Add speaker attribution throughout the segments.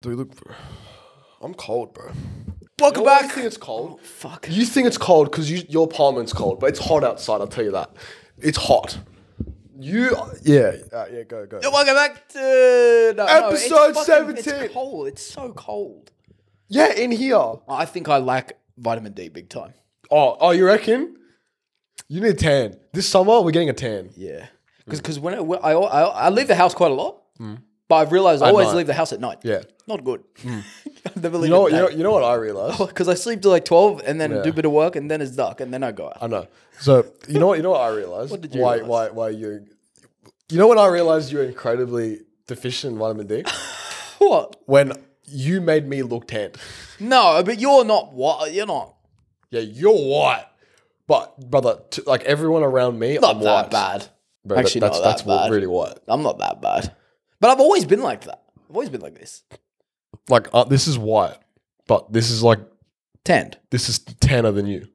Speaker 1: Do we look? For... I'm cold, bro.
Speaker 2: Welcome
Speaker 1: You always
Speaker 2: back.
Speaker 1: think it's cold.
Speaker 2: Fuck.
Speaker 1: You think it's cold because you, your apartment's cold, but it's hot outside. I'll tell you that. It's hot. You, yeah, uh, yeah. Go, go.
Speaker 2: Welcome back to no, no, it's
Speaker 1: Episode
Speaker 2: fucking- it's
Speaker 1: 17.
Speaker 2: cold. It's so cold.
Speaker 1: Yeah, in here.
Speaker 2: I think I lack vitamin D big time.
Speaker 1: Oh, oh, you reckon? You need a tan. This summer, we're getting a tan.
Speaker 2: Yeah. Because Mm. when, I, when I, I I leave the house quite a lot, but I've realized I always
Speaker 1: night.
Speaker 2: leave the house Mm. at night. Mm.
Speaker 1: Yeah.
Speaker 2: Not good. I've never leave
Speaker 1: You know, what, you know, you know what I realized?
Speaker 2: because I sleep till like twelve and then
Speaker 1: Yeah.
Speaker 2: do a bit of work and then it's dark and then I go out.
Speaker 1: I know. So you know what you know what I realized?
Speaker 2: did you
Speaker 1: why
Speaker 2: realise?
Speaker 1: why why you? You know when I realized you're incredibly deficient in vitamin D
Speaker 2: What?
Speaker 1: when you made me look tan.
Speaker 2: No, but you're not what you're not
Speaker 1: Yeah, you're white, but brother, t- like everyone around me,
Speaker 2: not
Speaker 1: I'm
Speaker 2: that
Speaker 1: white.
Speaker 2: bad.
Speaker 1: Bro, that-
Speaker 2: Actually,
Speaker 1: that's
Speaker 2: not that
Speaker 1: that's what
Speaker 2: bad.
Speaker 1: really white.
Speaker 2: I'm not that bad. But I've always been like that. I've always been like this.
Speaker 1: Like uh, this is white, but this is like
Speaker 2: Tanned.
Speaker 1: this is tanner than you.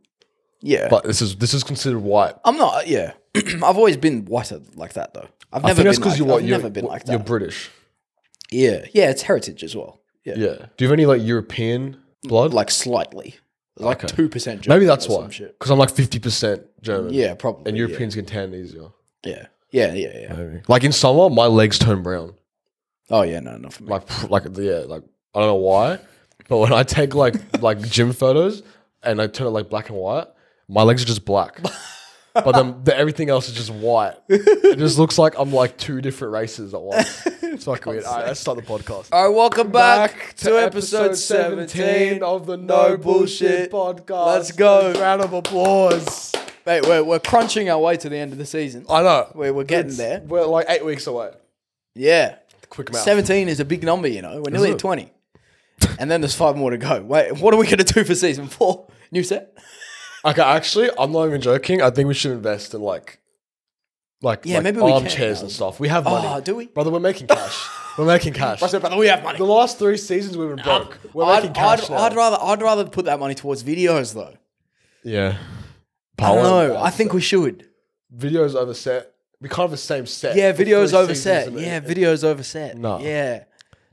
Speaker 2: Yeah.
Speaker 1: But this is this is considered white.
Speaker 2: I'm not. Yeah, I've always been whiter like that though. I've
Speaker 1: I think
Speaker 2: never been
Speaker 1: that's because
Speaker 2: like,
Speaker 1: you're white.
Speaker 2: I've
Speaker 1: you're,
Speaker 2: never been like
Speaker 1: You're
Speaker 2: that.
Speaker 1: British.
Speaker 2: yeah, yeah, it's heritage as well. Yeah,
Speaker 1: Yeah. Do you have any like European blood?
Speaker 2: like slightly, like
Speaker 1: Okay.
Speaker 2: two percent.
Speaker 1: Maybe that's
Speaker 2: or
Speaker 1: why.
Speaker 2: some shit.
Speaker 1: Because I'm like 50% German.
Speaker 2: Yeah, probably.
Speaker 1: And
Speaker 2: yeah.
Speaker 1: Europeans can tan easier.
Speaker 2: Yeah. yeah, yeah, yeah,
Speaker 1: Like in summer, my legs turn brown.
Speaker 2: Oh yeah, no, not for me.
Speaker 1: Like, pff, like yeah, like I don't know why, but when I take like like gym photos and I turn it like black and white, my legs are just black. but then the, everything else is just white. It just looks like I'm like two different races at once. It's fucking weird. All right, let's start the podcast.
Speaker 2: All right, welcome back, to episode 17
Speaker 1: of the No Bullshit Podcast.
Speaker 2: Let's go.
Speaker 1: Round of applause.
Speaker 2: Mate, we're, we're crunching our way to the end of the season.
Speaker 1: I know.
Speaker 2: We're, we're getting
Speaker 1: It's-
Speaker 2: there.
Speaker 1: We're like eight weeks away.
Speaker 2: Yeah,
Speaker 1: Quick mouth.
Speaker 2: 17 is a big number, you know. We're nearly
Speaker 1: it?
Speaker 2: at 20, and then there's five more to go. Wait, what are we gonna do for season four? New set?
Speaker 1: Okay, actually, I'm not even joking. I think we should invest in like, like,
Speaker 2: Yeah,
Speaker 1: like
Speaker 2: maybe we can,
Speaker 1: armchairs
Speaker 2: man.
Speaker 1: and stuff. We have money.
Speaker 2: Oh, do we?
Speaker 1: brother? We're making cash. we're making cash.
Speaker 2: brother, we have money.
Speaker 1: The last three seasons we've been broke. We're making
Speaker 2: I'd,
Speaker 1: cash
Speaker 2: I'd,
Speaker 1: now.
Speaker 2: I'd rather I'd rather put that money towards videos though.
Speaker 1: yeah.
Speaker 2: I
Speaker 1: Power.
Speaker 2: don't know. I think we should.
Speaker 1: videos over set. We can't have the same set.
Speaker 2: Yeah,
Speaker 1: for
Speaker 2: videos
Speaker 1: three
Speaker 2: over
Speaker 1: seasons
Speaker 2: set.
Speaker 1: and it-
Speaker 2: Yeah,
Speaker 1: it-
Speaker 2: videos over set.
Speaker 1: No.
Speaker 2: Yeah.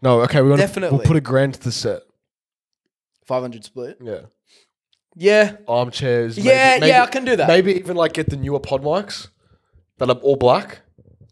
Speaker 1: No, okay. We want
Speaker 2: Definitely.
Speaker 1: We'll put a grand to the set.
Speaker 2: 500 split.
Speaker 1: Yeah.
Speaker 2: Yeah.
Speaker 1: Armchairs.
Speaker 2: Yeah, yeah, I can do that.
Speaker 1: Maybe even like get the newer pod mics that are all black.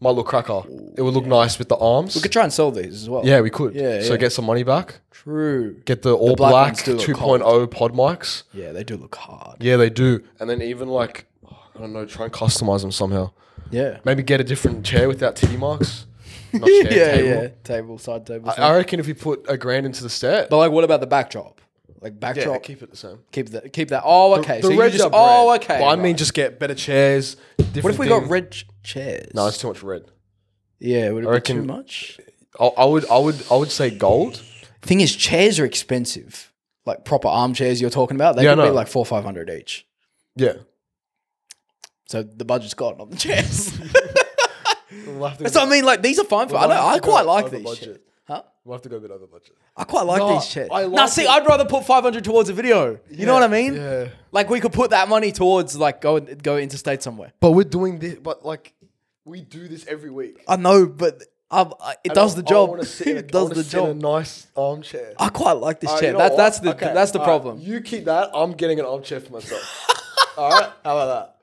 Speaker 1: Might look cracker. It would look nice with the arms.
Speaker 2: We could try and sell these as well.
Speaker 1: Yeah, we could.
Speaker 2: Yeah,
Speaker 1: So
Speaker 2: yeah.
Speaker 1: get some money back.
Speaker 2: True.
Speaker 1: Get the all
Speaker 2: black
Speaker 1: black,
Speaker 2: ones do look
Speaker 1: 2.0 pod mics.
Speaker 2: Yeah, they do look hard.
Speaker 1: Yeah, they do. And then even like, I don't know, try and customize them somehow.
Speaker 2: Yeah.
Speaker 1: Maybe get a different chair without titty marks. Not
Speaker 2: Yeah,
Speaker 1: chair,
Speaker 2: yeah.
Speaker 1: table.
Speaker 2: Table, side table.
Speaker 1: I- I reckon if you put a grand into the set,
Speaker 2: but like what about the backdrop? Like
Speaker 1: yeah,
Speaker 2: backdrop. keep,
Speaker 1: keep it the same.
Speaker 2: that keep that. Oh, okay. so you
Speaker 1: reds
Speaker 2: just
Speaker 1: are
Speaker 2: Oh,
Speaker 1: bread,
Speaker 2: okay.
Speaker 1: But I
Speaker 2: right.
Speaker 1: mean, just get better chairs.
Speaker 2: what if we got red ch- chairs?
Speaker 1: No, it's too much red.
Speaker 2: Yeah, would it be too
Speaker 1: reckon-
Speaker 2: much?
Speaker 1: I, I would, I would, I would say gold.
Speaker 2: Thing is, chairs are expensive. Like proper armchairs you're talking about, they
Speaker 1: Yeah, I
Speaker 2: could be
Speaker 1: know.
Speaker 2: like four five hundred each.
Speaker 1: Yeah.
Speaker 2: So the budget's gone on the chairs.
Speaker 1: We'll have to,
Speaker 2: so I mean, like these are fine for. I know I quite like these. Shit. Huh?
Speaker 1: We'll have to go a bit over budget.
Speaker 2: I quite like
Speaker 1: No,
Speaker 2: these chairs.
Speaker 1: I
Speaker 2: now,
Speaker 1: like
Speaker 2: see,
Speaker 1: it.
Speaker 2: I'd rather put five hundred towards a video. You know what I mean?
Speaker 1: Yeah.
Speaker 2: Like we could put that money towards like go go interstate somewhere.
Speaker 1: But we're doing this, but like, we do this every week.
Speaker 2: I know, but um, I, it does the job.
Speaker 1: I
Speaker 2: it does the job.
Speaker 1: a nice armchair.
Speaker 2: I quite like this
Speaker 1: Alright,
Speaker 2: chair.
Speaker 1: Uh, you know
Speaker 2: that,
Speaker 1: what?
Speaker 2: that's the
Speaker 1: Okay,
Speaker 2: that's the
Speaker 1: alright,
Speaker 2: problem.
Speaker 1: You keep that. I'm getting an armchair for myself. all right, how about that?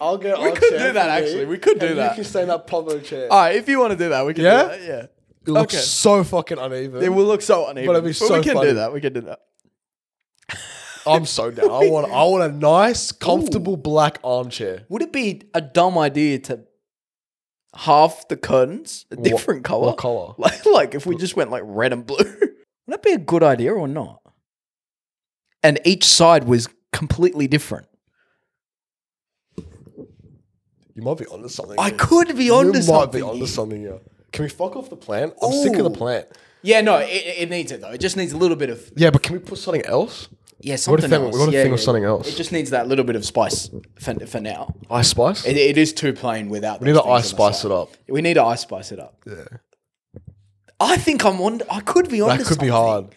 Speaker 1: I'll get. An
Speaker 2: We could do that, actually. We could do that.
Speaker 1: You can stay in that Pablo chair.
Speaker 2: All right, if you want to do that, we can.
Speaker 1: Yeah?
Speaker 2: do that, yeah.
Speaker 1: it looks
Speaker 2: okay.
Speaker 1: so fucking uneven.
Speaker 2: It will look so uneven,
Speaker 1: But it'd be so
Speaker 2: we can
Speaker 1: funny.
Speaker 2: do that. We can do that.
Speaker 1: I'm so down. I want. I want a nice, comfortable black armchair.
Speaker 2: Would it be a dumb idea to half the curtains a different color?
Speaker 1: what colour?
Speaker 2: Like, like if we just went like red and blue, would that be a good idea or not? And each side was completely different.
Speaker 1: You might be onto something.
Speaker 2: I
Speaker 1: here.
Speaker 2: could be
Speaker 1: You
Speaker 2: onto
Speaker 1: might
Speaker 2: something.
Speaker 1: be onto something here. Can we fuck off the plant? I'm sick of the
Speaker 2: Ooh.
Speaker 1: plant.
Speaker 2: yeah, no, it, it needs it though. It just needs a little bit of
Speaker 1: Yeah, but can we put something else?
Speaker 2: yeah
Speaker 1: What
Speaker 2: something
Speaker 1: if thing?
Speaker 2: else.
Speaker 1: What if
Speaker 2: yeah,
Speaker 1: thing was
Speaker 2: yeah.
Speaker 1: something else?
Speaker 2: It just needs that little bit of spice for, for now.
Speaker 1: ice spice.
Speaker 2: It, it is too plain without.
Speaker 1: we need to ice spice it up.
Speaker 2: We need to ice spice it up.
Speaker 1: Yeah,
Speaker 2: I think I'm on. I could be on.
Speaker 1: that could be hard.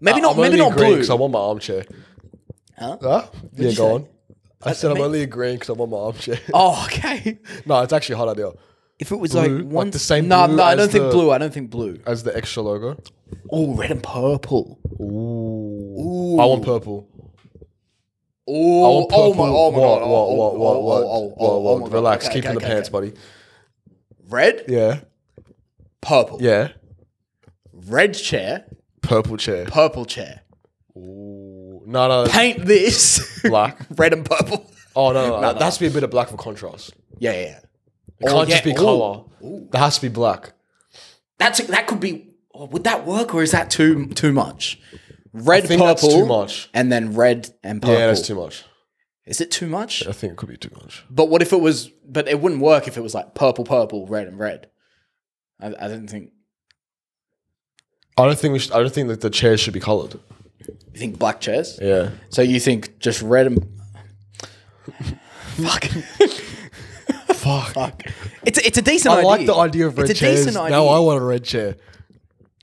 Speaker 2: Maybe not.
Speaker 1: I'm
Speaker 2: Maybe
Speaker 1: only
Speaker 2: not
Speaker 1: agreeing
Speaker 2: blue.
Speaker 1: 'cause I want my armchair.
Speaker 2: Huh?
Speaker 1: Huh? Yeah, go
Speaker 2: you say?
Speaker 1: on. I said I'm only agreeing because I want my armchair.
Speaker 2: Oh, okay.
Speaker 1: no, it's actually a hot idea.
Speaker 2: If it was
Speaker 1: Blue?
Speaker 2: like
Speaker 1: Like
Speaker 2: one
Speaker 1: the same
Speaker 2: No,
Speaker 1: blue
Speaker 2: no, I
Speaker 1: as
Speaker 2: don't think
Speaker 1: the-
Speaker 2: blue. I don't think blue.
Speaker 1: as the extra logo.
Speaker 2: Oh, red and purple.
Speaker 1: Ooh. I want purple. I
Speaker 2: Oh,
Speaker 1: want purple.
Speaker 2: oh my, oh my
Speaker 1: Whoa,
Speaker 2: god.
Speaker 1: whoa,
Speaker 2: Oh,
Speaker 1: whoa,
Speaker 2: oh,
Speaker 1: whoa,
Speaker 2: oh,
Speaker 1: whoa,
Speaker 2: oh, oh,
Speaker 1: whoa,
Speaker 2: oh,
Speaker 1: whoa.
Speaker 2: oh my God.
Speaker 1: Relax.
Speaker 2: Okay,
Speaker 1: Keep it
Speaker 2: okay,
Speaker 1: in the
Speaker 2: okay,
Speaker 1: pants,
Speaker 2: okay.
Speaker 1: buddy.
Speaker 2: Red,
Speaker 1: Yeah.
Speaker 2: purple.
Speaker 1: Yeah.
Speaker 2: Red chair,
Speaker 1: Purple chair.
Speaker 2: purple chair.
Speaker 1: Ooh. No, no.
Speaker 2: Paint this
Speaker 1: Black.
Speaker 2: red and purple.
Speaker 1: Oh, no, no. no. That has to be a bit of black for contrast.
Speaker 2: Yeah, yeah.
Speaker 1: It
Speaker 2: Oh,
Speaker 1: can't just
Speaker 2: yeah.
Speaker 1: be
Speaker 2: Ooh.
Speaker 1: color. That has to be black.
Speaker 2: That's that could be. oh, Would that work, or is that too too much? Red,
Speaker 1: I think
Speaker 2: purple,
Speaker 1: that's too much.
Speaker 2: and then red and purple.
Speaker 1: Yeah, that's too much.
Speaker 2: is it too much?
Speaker 1: I think it could be too much.
Speaker 2: But what if it was? But it wouldn't work if it was like purple, purple, red, and red. I, I didn't think.
Speaker 1: I don't think we should, I don't think that the chairs should be colored.
Speaker 2: You think black chairs?
Speaker 1: Yeah.
Speaker 2: So you think just red and fuck?
Speaker 1: Fuck.
Speaker 2: It's a, it's a decent
Speaker 1: I
Speaker 2: idea.
Speaker 1: like the idea of red
Speaker 2: it's a
Speaker 1: chairs.
Speaker 2: Decent idea.
Speaker 1: Now I want a red chair.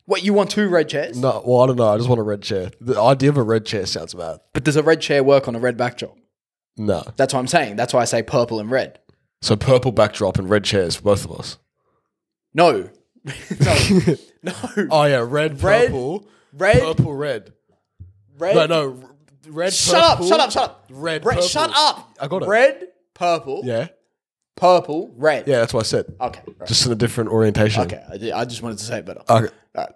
Speaker 2: what you want two red chairs?
Speaker 1: No, well, I don't know. I just want a red chair. The idea of a red chair sounds bad.
Speaker 2: But does a red chair work on a red backdrop?
Speaker 1: No.
Speaker 2: That's what I'm saying. That's why I say purple and red.
Speaker 1: So purple backdrop and red chairs for both of us.
Speaker 2: No, no, no.
Speaker 1: Oh yeah, red,
Speaker 2: Red,
Speaker 1: purple,
Speaker 2: red,
Speaker 1: purple, red.
Speaker 2: red.
Speaker 1: No, no, r- red.
Speaker 2: Shut up!
Speaker 1: purple,
Speaker 2: Shut up! Shut up!
Speaker 1: Red.
Speaker 2: Red-
Speaker 1: purple.
Speaker 2: Shut up!
Speaker 1: I got it.
Speaker 2: Red, purple,
Speaker 1: Yeah, Oh,
Speaker 2: purple, red.
Speaker 1: yeah. That's what I said.
Speaker 2: Okay. right.
Speaker 1: Just in a different orientation.
Speaker 2: Okay. I, did- I just wanted to say it better.
Speaker 1: Okay.
Speaker 2: Alright.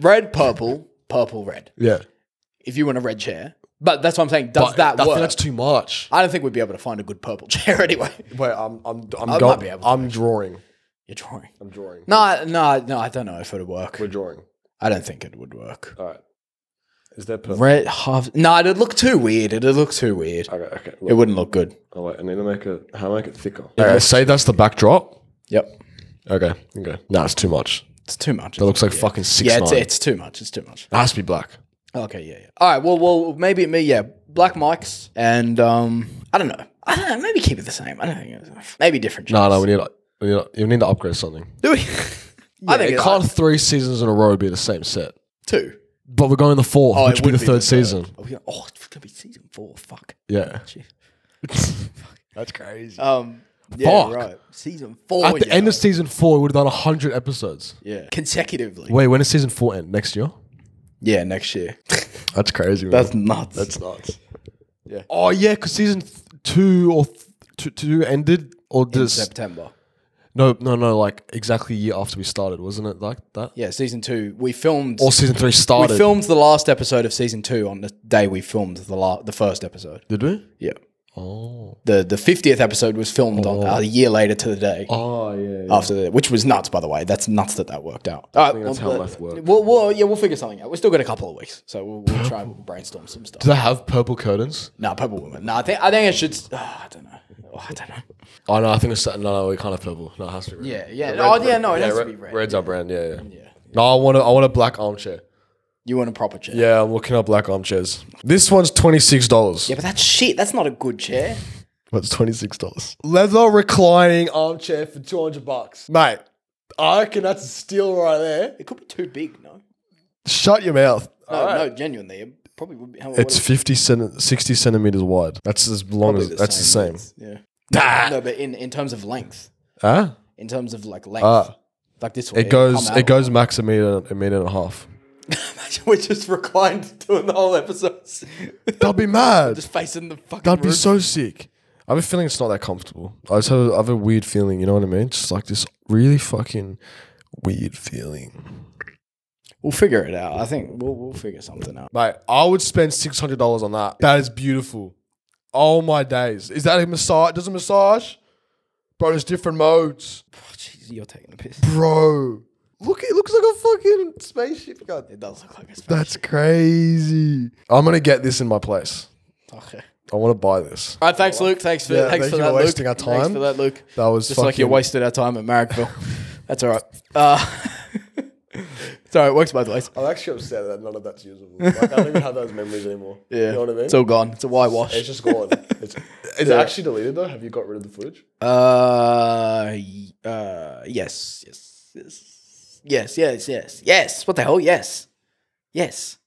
Speaker 2: Red, purple, purple, red.
Speaker 1: Yeah.
Speaker 2: If you want a red chair, but that's what I'm saying. Does that
Speaker 1: I
Speaker 2: work?
Speaker 1: think that's too much.
Speaker 2: I don't think we'd be able to find a good purple chair anyway.
Speaker 1: Wait, I'm, I'm, I'm,
Speaker 2: might
Speaker 1: go-
Speaker 2: be able to.
Speaker 1: I'm drawing.
Speaker 2: You're drawing.
Speaker 1: I'm drawing.
Speaker 2: No, no, no. I don't know if it'd work.
Speaker 1: We're drawing.
Speaker 2: I don't think it would work.
Speaker 1: All right. Is there purple?
Speaker 2: Red half. No, it'd look too weird. It'd look too weird.
Speaker 1: Okay, okay.
Speaker 2: It wouldn't look good.
Speaker 1: oh, wait, I need to make it. How make it thicker? Okay, say that's the backdrop.
Speaker 2: Yep.
Speaker 1: Okay. Okay. No, it's too much.
Speaker 2: It's too much.
Speaker 1: It looks like fucking six
Speaker 2: yeah,
Speaker 1: nine.
Speaker 2: it's, it's too much. It's too much.
Speaker 1: it has to be black.
Speaker 2: Okay, yeah, yeah. All right, well, well, maybe me, yeah. Black mics and um, I don't know. I don't know. Maybe keep it the same. I don't think it's, maybe different.
Speaker 1: No, no, we need, we need, you need to upgrade something.
Speaker 2: Do we? I think
Speaker 1: it
Speaker 2: it's
Speaker 1: can't three seasons in a row be the same set.
Speaker 2: two.
Speaker 1: But we're going the fourth,
Speaker 2: Oh, it
Speaker 1: which will be
Speaker 2: would
Speaker 1: the
Speaker 2: be
Speaker 1: third
Speaker 2: the
Speaker 1: season.
Speaker 2: Oh, yeah. oh, it's gonna be season four. Fuck.
Speaker 1: Yeah.
Speaker 2: Jeez.
Speaker 1: That's crazy.
Speaker 2: Um, yeah,
Speaker 1: Fuck.
Speaker 2: right. Season four.
Speaker 1: At the
Speaker 2: yeah.
Speaker 1: end of season four, we would have done 100 episodes.
Speaker 2: yeah, consecutively.
Speaker 1: Wait, when does season four end? Next year?
Speaker 2: Yeah, next year.
Speaker 1: That's crazy.
Speaker 2: That's nuts. That's
Speaker 1: nuts. Yeah. Oh, yeah, because season th- two or th- two, two ended, or this.
Speaker 2: September.
Speaker 1: No, no, no, like exactly a year after we started, wasn't it like that?
Speaker 2: Yeah, season two. We filmed.
Speaker 1: Or season three
Speaker 2: we
Speaker 1: started.
Speaker 2: filmed the last episode of season two on the day we filmed the la- the first episode.
Speaker 1: Did we?
Speaker 2: Yeah.
Speaker 1: Oh.
Speaker 2: the the fiftieth episode was filmed on uh, a year later to the day
Speaker 1: Oh, yeah.
Speaker 2: after, the, which was nuts. By the way, that's nuts that that worked out. All right,
Speaker 1: that's
Speaker 2: well,
Speaker 1: how
Speaker 2: uh,
Speaker 1: math works.
Speaker 2: We'll, we'll yeah, we'll figure something out. We've still got a couple of weeks, so we'll, we'll try and brainstorm some stuff.
Speaker 1: Do they have purple curtains?
Speaker 2: nah, Purple Woman. Nah, I think I think I should. s- oh, I don't know. Oh, I don't know.
Speaker 1: Oh no, I think it's no, no. We can't have purple. No, it has to be red.
Speaker 2: Yeah, yeah. oh, yeah. No, it has
Speaker 1: red,
Speaker 2: to be red.
Speaker 1: Red's our brand. Yeah, yeah. No, I want a, I want a black armchair.
Speaker 2: You want a proper chair?
Speaker 1: Yeah, I'm looking up black armchairs. This one's twenty six dollars.
Speaker 2: Yeah, but that's shit. That's not a good chair.
Speaker 1: What's twenty six dollars? Leather reclining armchair for two hundred bucks, mate. I reckon that's a steal right there.
Speaker 2: It could be too big. No,
Speaker 1: Shut your mouth.
Speaker 2: no, no. Genuinely, it probably would be. How,
Speaker 1: It's 50 centi- 60 centimeters wide. That's as long as that's the same.
Speaker 2: Yeah.
Speaker 1: Ah,
Speaker 2: No, but in in terms of length,
Speaker 1: Huh?
Speaker 2: in terms of like length,
Speaker 1: Ah.
Speaker 2: like this way,
Speaker 1: It goes
Speaker 2: come out.
Speaker 1: it goes max a meter a meter and a half.
Speaker 2: We're just reclined doing the whole episodes,
Speaker 1: That'd be mad.
Speaker 2: just facing the fucking
Speaker 1: That'd be
Speaker 2: roof.
Speaker 1: so sick. I have a feeling it's not that comfortable. I just have a, I have a weird feeling, you know what I mean? Just like this really fucking weird feeling.
Speaker 2: We'll figure it out. I think we'll we'll figure something out.
Speaker 1: Mate, I would spend six hundred dollars on that. That is beautiful. Oh my days. Is that a massage? Does a massage? Bro, there's different modes.
Speaker 2: Oh, Jeez, you're taking a piss.
Speaker 1: Bro. Look it looks like a fucking spaceship gun.
Speaker 2: It does look like a space.
Speaker 1: That's crazy. I'm gonna get this in my place.
Speaker 2: Okay.
Speaker 1: I wanna buy this.
Speaker 2: All right. Thanks, Luke. Thanks for
Speaker 1: Yeah,
Speaker 2: thanks
Speaker 1: thank
Speaker 2: for
Speaker 1: you
Speaker 2: that,
Speaker 1: for wasting
Speaker 2: Luke.
Speaker 1: our time.
Speaker 2: Thanks for that, Luke.
Speaker 1: That was
Speaker 2: Just
Speaker 1: fucking
Speaker 2: like you wasted our time at Marrickville. That's all right. Uh, it's all right. It works both ways.
Speaker 1: I'm actually upset that none of that's usable. Like, I don't even have those memories anymore.
Speaker 2: Yeah.
Speaker 1: You know what I mean?
Speaker 2: It's all gone. It's a
Speaker 1: It's
Speaker 2: whitewash.
Speaker 1: just gone. It's, is it actually deleted though? Have you got rid of the footage?
Speaker 2: Uh, y- uh, yes, yes, yes, yes, yes, yes, yes. What the hell? Yes, yes.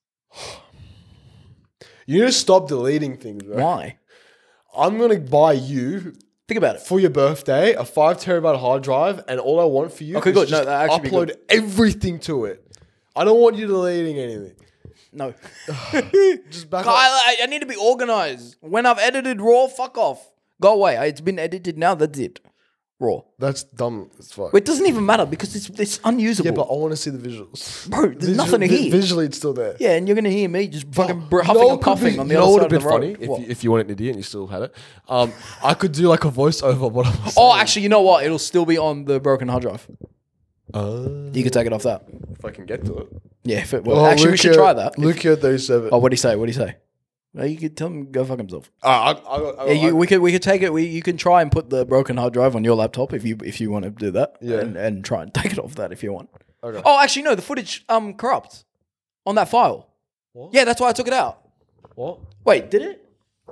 Speaker 1: You need to stop deleting things, bro.
Speaker 2: Why?
Speaker 1: I'm gonna buy you
Speaker 2: Think about it.
Speaker 1: for your birthday a five terabyte hard drive, and all I want for you
Speaker 2: Okay,
Speaker 1: is
Speaker 2: good. No,
Speaker 1: just
Speaker 2: that'd actually be
Speaker 1: upload everything to it. I don't want you deleting anything.
Speaker 2: No.
Speaker 1: Just back
Speaker 2: Kyle,
Speaker 1: up.
Speaker 2: I, I need to be organized. When I've edited raw, fuck off. Go away. I- It's been edited now. That's it. Raw.
Speaker 1: That's dumb as fuck.
Speaker 2: It doesn't even matter because it's it's unusable.
Speaker 1: yeah, but I want to see the visuals.
Speaker 2: Bro, there's nothing to
Speaker 1: vi-
Speaker 2: hear.
Speaker 1: Visually, it's still there.
Speaker 2: Yeah, and you're gonna hear me just fucking br-
Speaker 1: You
Speaker 2: huffing
Speaker 1: know
Speaker 2: and
Speaker 1: what could
Speaker 2: puffing
Speaker 1: be-
Speaker 2: on the
Speaker 1: you know
Speaker 2: other
Speaker 1: what
Speaker 2: side
Speaker 1: would've
Speaker 2: of the
Speaker 1: been
Speaker 2: road.
Speaker 1: funny if
Speaker 2: What?
Speaker 1: you, if you weren't an idiot and you still had it. Um, I could do like a voiceover of what I was
Speaker 2: oh, actually, you know what? It'll still be on the broken hard drive.
Speaker 1: saying. Uh,
Speaker 2: You could take it off that.
Speaker 1: if I can get to it.
Speaker 2: Yeah, if it, well,
Speaker 1: Oh,
Speaker 2: actually, we should
Speaker 1: uh,
Speaker 2: try that.
Speaker 1: Look at those seven.
Speaker 2: oh, what do you say? What do you say? No, you could tell him to go fuck himself.
Speaker 1: I, I, I, I,
Speaker 2: Yeah, you, we could we could take it. We, you can try and put the broken hard drive on your laptop if you if you want to do that.
Speaker 1: Yeah.
Speaker 2: and, and try and take it off that if you want.
Speaker 1: Okay.
Speaker 2: Oh, actually, no. The footage um corrupts on that file.
Speaker 1: What?
Speaker 2: Yeah, that's why I took it out.
Speaker 1: what?
Speaker 2: Wait, did it?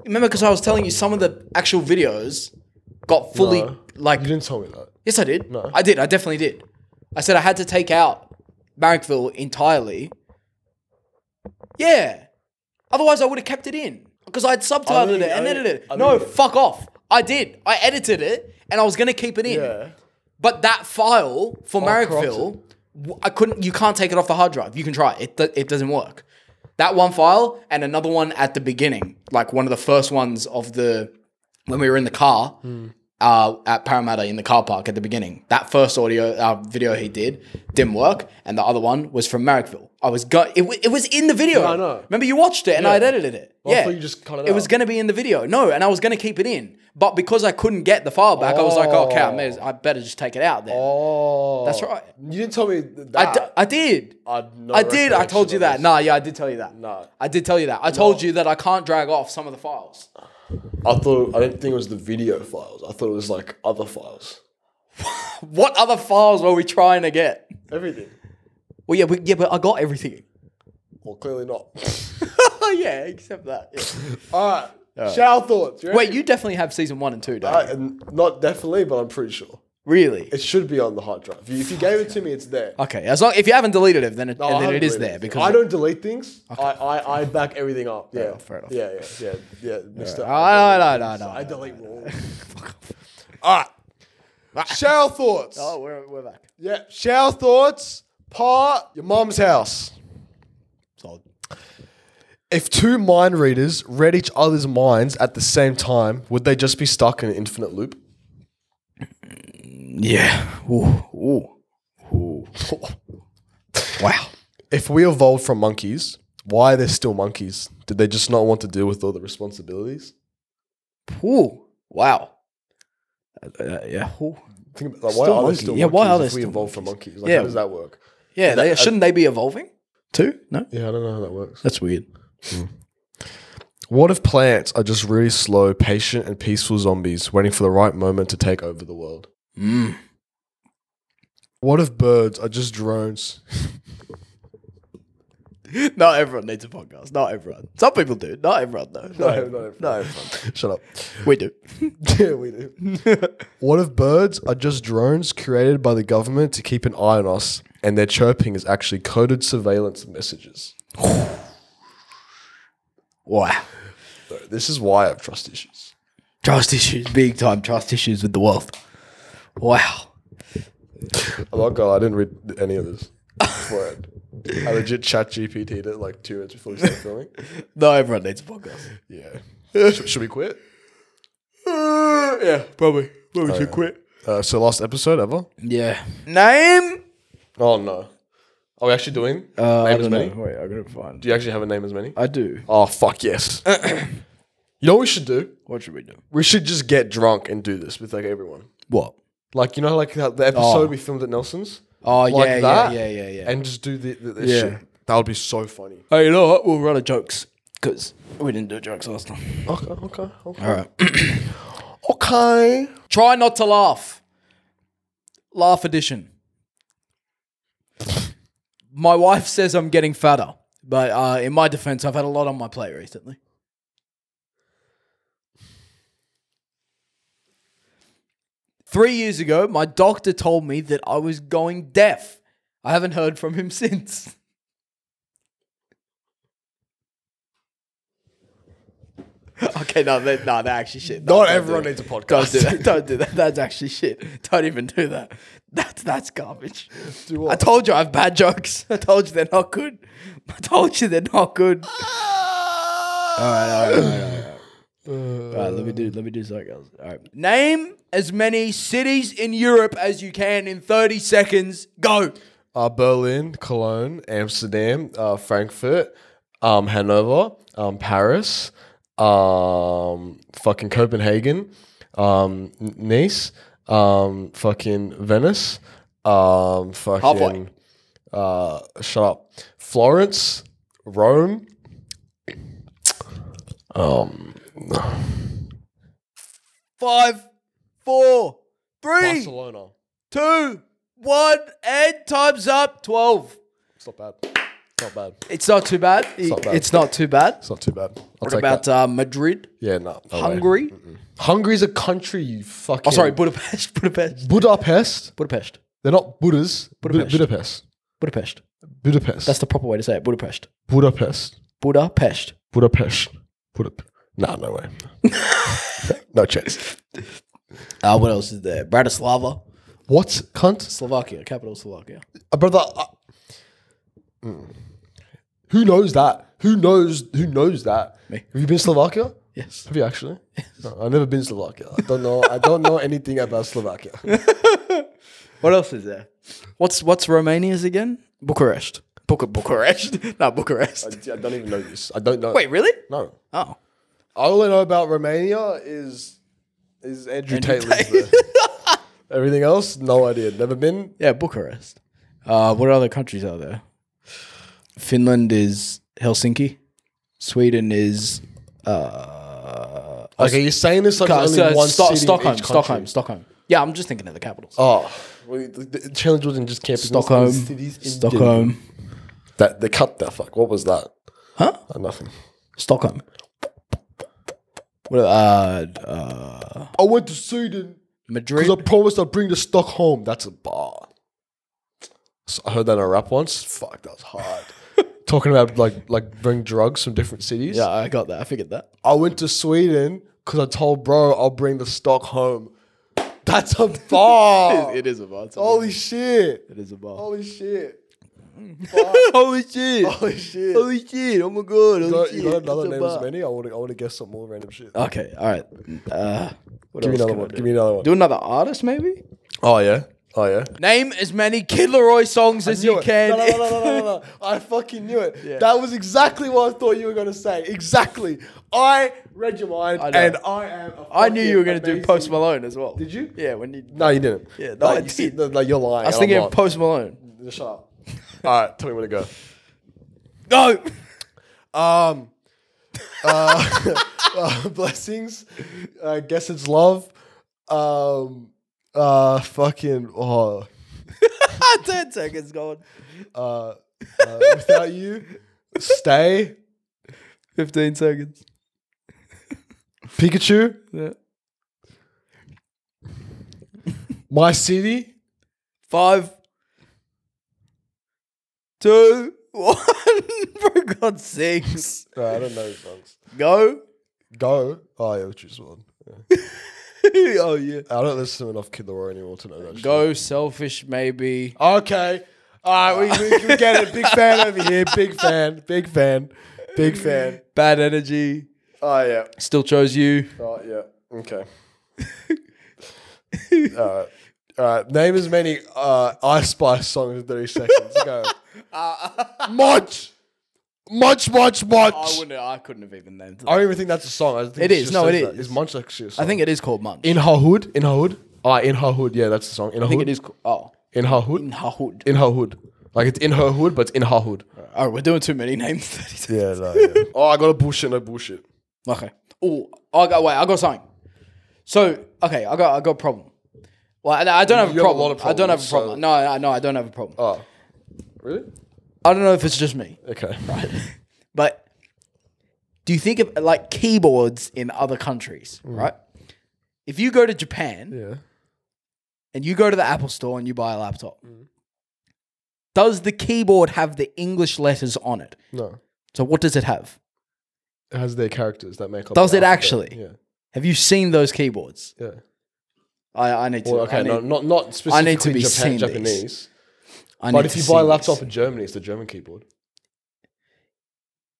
Speaker 2: Remember, because I was telling you some of the actual videos got fully
Speaker 1: No.
Speaker 2: like.
Speaker 1: You didn't tell me that.
Speaker 2: Yes, I did. I did. I definitely did. I said I had to take out Barrackville entirely. Yeah. Otherwise, I would have kept it in because I had subtitled
Speaker 1: think-
Speaker 2: it and
Speaker 1: I think-
Speaker 2: edited
Speaker 1: I
Speaker 2: it. No,
Speaker 1: think-
Speaker 2: fuck off. I did. I edited it and I was gonna keep it in.
Speaker 1: Yeah.
Speaker 2: But that file for Marrickville,
Speaker 1: corrupted.
Speaker 2: w- I couldn't. You can't take it off the hard drive. You can try it. It, do- it doesn't work. That one file and another one at the beginning, like one of the first ones of the when we were in the car
Speaker 1: Hmm.
Speaker 2: uh, at Parramatta in the car park at the beginning. That first audio uh, video he did didn't work, and the other one was from Marrickville. I was go. It, w- it was in the video.
Speaker 1: I know.
Speaker 2: Remember, you watched it and I edited it.
Speaker 1: I
Speaker 2: yeah,
Speaker 1: thought you just cut it
Speaker 2: It was
Speaker 1: out.
Speaker 2: going to be in the video. No, and I was going to keep it in, but because I couldn't get the file back, I was like, okay, I, may as- I better just take it out then.
Speaker 1: Oh.
Speaker 2: That's right.
Speaker 1: You didn't tell me th-
Speaker 2: I, d-
Speaker 1: that.
Speaker 2: I did.
Speaker 1: I, had no
Speaker 2: I did. I told
Speaker 1: recollection
Speaker 2: you
Speaker 1: of
Speaker 2: that. Nah, yeah, I did tell you that.
Speaker 1: No.
Speaker 2: I did tell you that. I told you that I can't drag off some of the files.
Speaker 1: this. I thought I didn't think it was the video files. I thought it was like other files.
Speaker 2: What other files were we trying to get?
Speaker 1: Everything.
Speaker 2: Well, yeah, but, yeah, but I got everything.
Speaker 1: Well, clearly not.
Speaker 2: yeah, except that. yeah.
Speaker 1: All right. Shower thoughts. You ready?
Speaker 2: Wait, you definitely have season one and two, don't
Speaker 1: I,
Speaker 2: you?
Speaker 1: and not definitely, but I'm pretty sure
Speaker 2: Really?
Speaker 1: it should be on the hard drive. If you gave it to me, it's there.
Speaker 2: Okay, as long if you haven't deleted it, then it,
Speaker 1: No, Oh, I
Speaker 2: then
Speaker 1: haven't
Speaker 2: it is
Speaker 1: deleted
Speaker 2: there
Speaker 1: it.
Speaker 2: because
Speaker 1: I don't delete things. I, I, I back everything up. Yeah,
Speaker 2: enough, fair enough.
Speaker 1: Yeah, yeah, yeah, yeah. Mister,
Speaker 2: Ah, no, no, no,
Speaker 1: I
Speaker 2: no,
Speaker 1: delete rules. All right. Shower thoughts.
Speaker 2: Oh, we're, we're back.
Speaker 1: Yeah, shower thoughts. Part your mom's house.
Speaker 2: Sold.
Speaker 1: If two mind readers read each other's minds at the same time, would they just be stuck in an infinite loop?
Speaker 2: Yeah. Ooh. Ooh. Ooh. wow.
Speaker 1: If we evolved from monkeys, why are there still monkeys? Did they just not want to deal with all the responsibilities?
Speaker 2: Ooh. Wow. Uh, uh, yeah. Ooh.
Speaker 1: Think about, like, why
Speaker 2: Still
Speaker 1: are there
Speaker 2: monkeys.
Speaker 1: still
Speaker 2: Yeah,
Speaker 1: monkeys
Speaker 2: why are there
Speaker 1: if we
Speaker 2: still
Speaker 1: evolved from monkeys? Like,
Speaker 2: Yeah.
Speaker 1: how does that work?
Speaker 2: Yeah, they, shouldn't they be evolving? Too? No,
Speaker 1: Yeah, I don't know how that works.
Speaker 2: that's weird.
Speaker 1: What if plants are just really slow, patient, and peaceful zombies waiting for the right moment to take over the world?
Speaker 2: Hmm.
Speaker 1: What if birds are just drones?
Speaker 2: Not everyone needs a podcast. Not everyone. Some people do. Not everyone though. No,
Speaker 1: not
Speaker 2: not everyone.
Speaker 1: Shut up.
Speaker 2: We do.
Speaker 1: yeah, we do. what if birds are just drones created by the government to keep an eye on us and their chirping is actually coded surveillance messages?
Speaker 2: Wow.
Speaker 1: So This is why I have trust issues.
Speaker 2: Trust issues, big time trust issues with the world. Wow.
Speaker 1: I'm not gonna lie, I didn't read any of this beforehand. I legit chat GPT'd it like two minutes before we started filming.
Speaker 2: Not everyone needs a podcast.
Speaker 1: Yeah. should, should we quit?
Speaker 2: Uh, yeah, probably. Probably should quit.
Speaker 1: Uh, so last episode ever?
Speaker 2: Oh, Yeah. Name?
Speaker 1: Oh no. Are we actually doing
Speaker 2: Uh, I
Speaker 1: name as
Speaker 2: don't
Speaker 1: many?
Speaker 2: know. Wait, I gotta find.
Speaker 1: Do you actually have a name as many?
Speaker 2: I do.
Speaker 1: oh fuck yes. you know what we should do?
Speaker 2: What should we do?
Speaker 1: We should just get drunk and do this with like everyone.
Speaker 2: What?
Speaker 1: Like you know, like how the episode
Speaker 2: Oh.
Speaker 1: we filmed at Nelson's,
Speaker 2: Oh
Speaker 1: like
Speaker 2: yeah,
Speaker 1: that,
Speaker 2: yeah, yeah, yeah, yeah.
Speaker 1: and just do the, the, this
Speaker 2: Yeah.
Speaker 1: shit. That would be so funny.
Speaker 2: oh, you know what? We'll run a jokes because we didn't do jokes last time.
Speaker 1: Okay, okay, okay.
Speaker 2: All right.
Speaker 1: okay.
Speaker 2: Try not to laugh. Laugh edition. My wife says I'm getting fatter, but uh, in my defense, I've had a lot on my plate recently. Three years ago, my doctor told me that I was going deaf. I haven't heard from him since. I okay, no, they, no, they're actually shit. No,
Speaker 1: Not
Speaker 2: don't do
Speaker 1: everyone
Speaker 2: it.
Speaker 1: needs a
Speaker 2: Don't do
Speaker 1: podcast.
Speaker 2: that. Don't do that. That's actually shit. Don't even do that. That's that's garbage.
Speaker 1: Do what?
Speaker 2: I told you I have bad jokes. I told you they're not good. I told you they're not good.
Speaker 1: Ah!
Speaker 2: All right, let me do let me do something else. All right. Name as many cities in Europe as you can in 30 seconds. Go.
Speaker 1: Uh, Berlin, Cologne, Amsterdam, uh, Frankfurt, um, Hanover, um, Paris, um, fucking Copenhagen, um, N- Nice, um, fucking Venice, um, fucking uh, shut up, Florence, Rome,
Speaker 2: Five, four, three, two, one,
Speaker 1: Barcelona.
Speaker 2: and time's up. 12.
Speaker 1: It's not bad. It's not bad.
Speaker 2: It's not too bad. It's
Speaker 1: not bad.
Speaker 2: too bad.
Speaker 1: It's not too bad. I'll
Speaker 2: What
Speaker 1: take
Speaker 2: about
Speaker 1: that.
Speaker 2: uh, Madrid?
Speaker 1: Yeah, no. no way.
Speaker 2: Hungary?
Speaker 1: Hungary's a country. You fucking.
Speaker 2: Oh, sorry, Budapest. Budapest.
Speaker 1: Budapest.
Speaker 2: Budapest.
Speaker 1: They're not Buddhas. Bud-
Speaker 2: Budapest.
Speaker 1: Budapest.
Speaker 2: Budapest.
Speaker 1: Budapest.
Speaker 2: That's the proper way to say it. Budapest.
Speaker 1: Budapest.
Speaker 2: Budapest.
Speaker 1: Budapest. Budapest. Nah, no way. no chance.
Speaker 2: Uh, what else is there? Bratislava.
Speaker 1: What cunt?
Speaker 2: Slovakia. Capital of Slovakia.
Speaker 1: Uh, brother. uh, mm. Who knows that? Who knows? Who knows that?
Speaker 2: Me.
Speaker 1: Have you been to Slovakia?
Speaker 2: Yes.
Speaker 1: Have you actually? No, I've never been to Slovakia. I don't know. I don't know anything about Slovakia.
Speaker 2: What else is there? What's what's Romania's again? Bucharest. Buca- Bucharest. no, Bucharest.
Speaker 1: I don't even know this. I don't know.
Speaker 2: Wait, really?
Speaker 1: No.
Speaker 2: Oh.
Speaker 1: All I know about Romania is is Andrew,
Speaker 2: Andrew
Speaker 1: Tate. lives there. Everything else, no idea. Never been.
Speaker 2: Yeah, Bucharest. Uh, what other countries are there? Finland is Helsinki. Sweden is uh,
Speaker 1: Okay, you're saying this like
Speaker 2: uh,
Speaker 1: there's only one
Speaker 2: Sto-
Speaker 1: city in
Speaker 2: Stockholm,
Speaker 1: each country.
Speaker 2: Stockholm, Stockholm. Yeah, I'm just thinking of the capitals.
Speaker 1: Oh, well, the, the challenge wasn't just camping.
Speaker 2: Stockholm,
Speaker 1: cities in general.
Speaker 2: Stockholm,
Speaker 1: That they cut that fuck. What was that?
Speaker 2: Huh?
Speaker 1: Oh, nothing.
Speaker 2: Stockholm. What, uh, uh,
Speaker 1: I went to Sweden
Speaker 2: Madrid.
Speaker 1: because I promised I'd bring the stock home. That's a bar. So I heard that in a rap once. Fuck, that was hard. Talking about like like bring drugs from different cities.
Speaker 2: Yeah, I got that. I figured that.
Speaker 1: I went to Sweden because I told bro I'll bring the stock home. That's a bar.
Speaker 2: It is a bar.
Speaker 1: Holy shit.
Speaker 2: It is a bar.
Speaker 1: Holy shit.
Speaker 2: Holy shit!
Speaker 1: Holy shit.
Speaker 2: Holy shit! Oh my god! Holy
Speaker 1: Oh, You got,
Speaker 2: shit!
Speaker 1: you got another
Speaker 2: It's a
Speaker 1: name as
Speaker 2: bar.
Speaker 1: many? I want to I want to guess some more random shit.
Speaker 2: Okay, all right. Uh, what
Speaker 1: Give me
Speaker 2: else
Speaker 1: another
Speaker 2: can I
Speaker 1: one.
Speaker 2: do?
Speaker 1: Give me another one.
Speaker 2: Do another artist, maybe?
Speaker 1: Oh yeah. Oh yeah.
Speaker 2: Name as many Kid Leroy songs as you can.
Speaker 1: No, no, no, no, no, no, no. I fucking knew it. That was exactly what I thought you were gonna say. Exactly. I read your mind,
Speaker 2: know.
Speaker 1: and I am. a
Speaker 2: I knew you were going to do
Speaker 1: fucking
Speaker 2: Post
Speaker 1: amazing-
Speaker 2: Malone as well.
Speaker 1: Did you?
Speaker 2: Yeah, when you.
Speaker 1: No, you didn't.
Speaker 2: Yeah, no,
Speaker 1: no,
Speaker 2: I
Speaker 1: you see-
Speaker 2: did.
Speaker 1: no, no, you're lying.
Speaker 2: I was thinking of Post Malone.
Speaker 1: Post. Shut up. All right, tell me where to
Speaker 2: No!
Speaker 1: go. Um, uh, uh, blessings. I guess it's love. Um, uh, fucking. Oh,
Speaker 2: 10 Ah, seconds gone.
Speaker 1: uh, uh, without you, stay.
Speaker 2: 15 seconds.
Speaker 1: Pikachu,
Speaker 2: Yeah.
Speaker 1: my city.
Speaker 2: Five, two, one. For God's sakes.
Speaker 1: No, I don't know these songs.
Speaker 2: Go.
Speaker 1: Go. Oh, yeah, choose one. Yeah.
Speaker 2: oh, yeah.
Speaker 1: I don't listen to enough Kid Leroy anymore to know that. shit.
Speaker 2: Go selfish, maybe.
Speaker 1: Okay. All right, we, we, we get it. Big fan over here. Big fan. Big fan. Big fan.
Speaker 2: Bad energy.
Speaker 1: Oh yeah.
Speaker 2: Still chose you.
Speaker 1: Oh yeah. Okay. All right. All right. Name as many uh, Ice Spice songs in thirty seconds. Go. much, much, much, much.
Speaker 2: Uh, I
Speaker 1: I,
Speaker 2: wouldn't. I couldn't have even named. It.
Speaker 1: don't even think that's a song. I think
Speaker 2: It
Speaker 1: she
Speaker 2: is.
Speaker 1: just
Speaker 2: No,
Speaker 1: says
Speaker 2: it
Speaker 1: that.
Speaker 2: is.
Speaker 1: It's much actually a song.
Speaker 2: I think it is called Munch.
Speaker 1: in her hood. In her hood. Ah, in her hood. Yeah, that's the song. In her
Speaker 2: I think
Speaker 1: hood.
Speaker 2: it is. Called, oh,
Speaker 1: In her hood.
Speaker 2: in Hahud.
Speaker 1: in her hood. Like it's in her hood, but it's in her hood.
Speaker 2: All right, Oh, we're doing too many names.
Speaker 1: Yeah, no, yeah. oh, I got a bullshit, no bullshit.
Speaker 2: okay. Oh, I got. Wait, I got something. So, okay, I got. I got a problem. Well, I, I don't have
Speaker 1: You
Speaker 2: a
Speaker 1: have a
Speaker 2: problem.
Speaker 1: lot of
Speaker 2: I don't have a
Speaker 1: problems,
Speaker 2: problem.
Speaker 1: so-
Speaker 2: No, I- no, I don't have a problem.
Speaker 1: Oh, really?
Speaker 2: I don't know if it's just me,
Speaker 1: Okay.
Speaker 2: but do you think of like keyboards in other countries, right? If you go to Japan,
Speaker 1: Mm. Yeah.
Speaker 2: and you go to the Apple store and you buy a laptop, does the keyboard have the English letters on it?
Speaker 1: No.
Speaker 2: So what does it have?
Speaker 1: has their characters that make up.
Speaker 2: Does
Speaker 1: the
Speaker 2: it
Speaker 1: alphabet.
Speaker 2: actually?
Speaker 1: Yeah.
Speaker 2: Have you seen those keyboards?
Speaker 1: Yeah.
Speaker 2: I, I need to.
Speaker 1: Well, okay,
Speaker 2: I need,
Speaker 1: no, not not specifically
Speaker 2: need to be
Speaker 1: Japan-
Speaker 2: seeing these.
Speaker 1: Japanese.
Speaker 2: I need
Speaker 1: But if
Speaker 2: to
Speaker 1: you
Speaker 2: see
Speaker 1: buy a
Speaker 2: these.
Speaker 1: laptop in Germany, it's the German keyboard.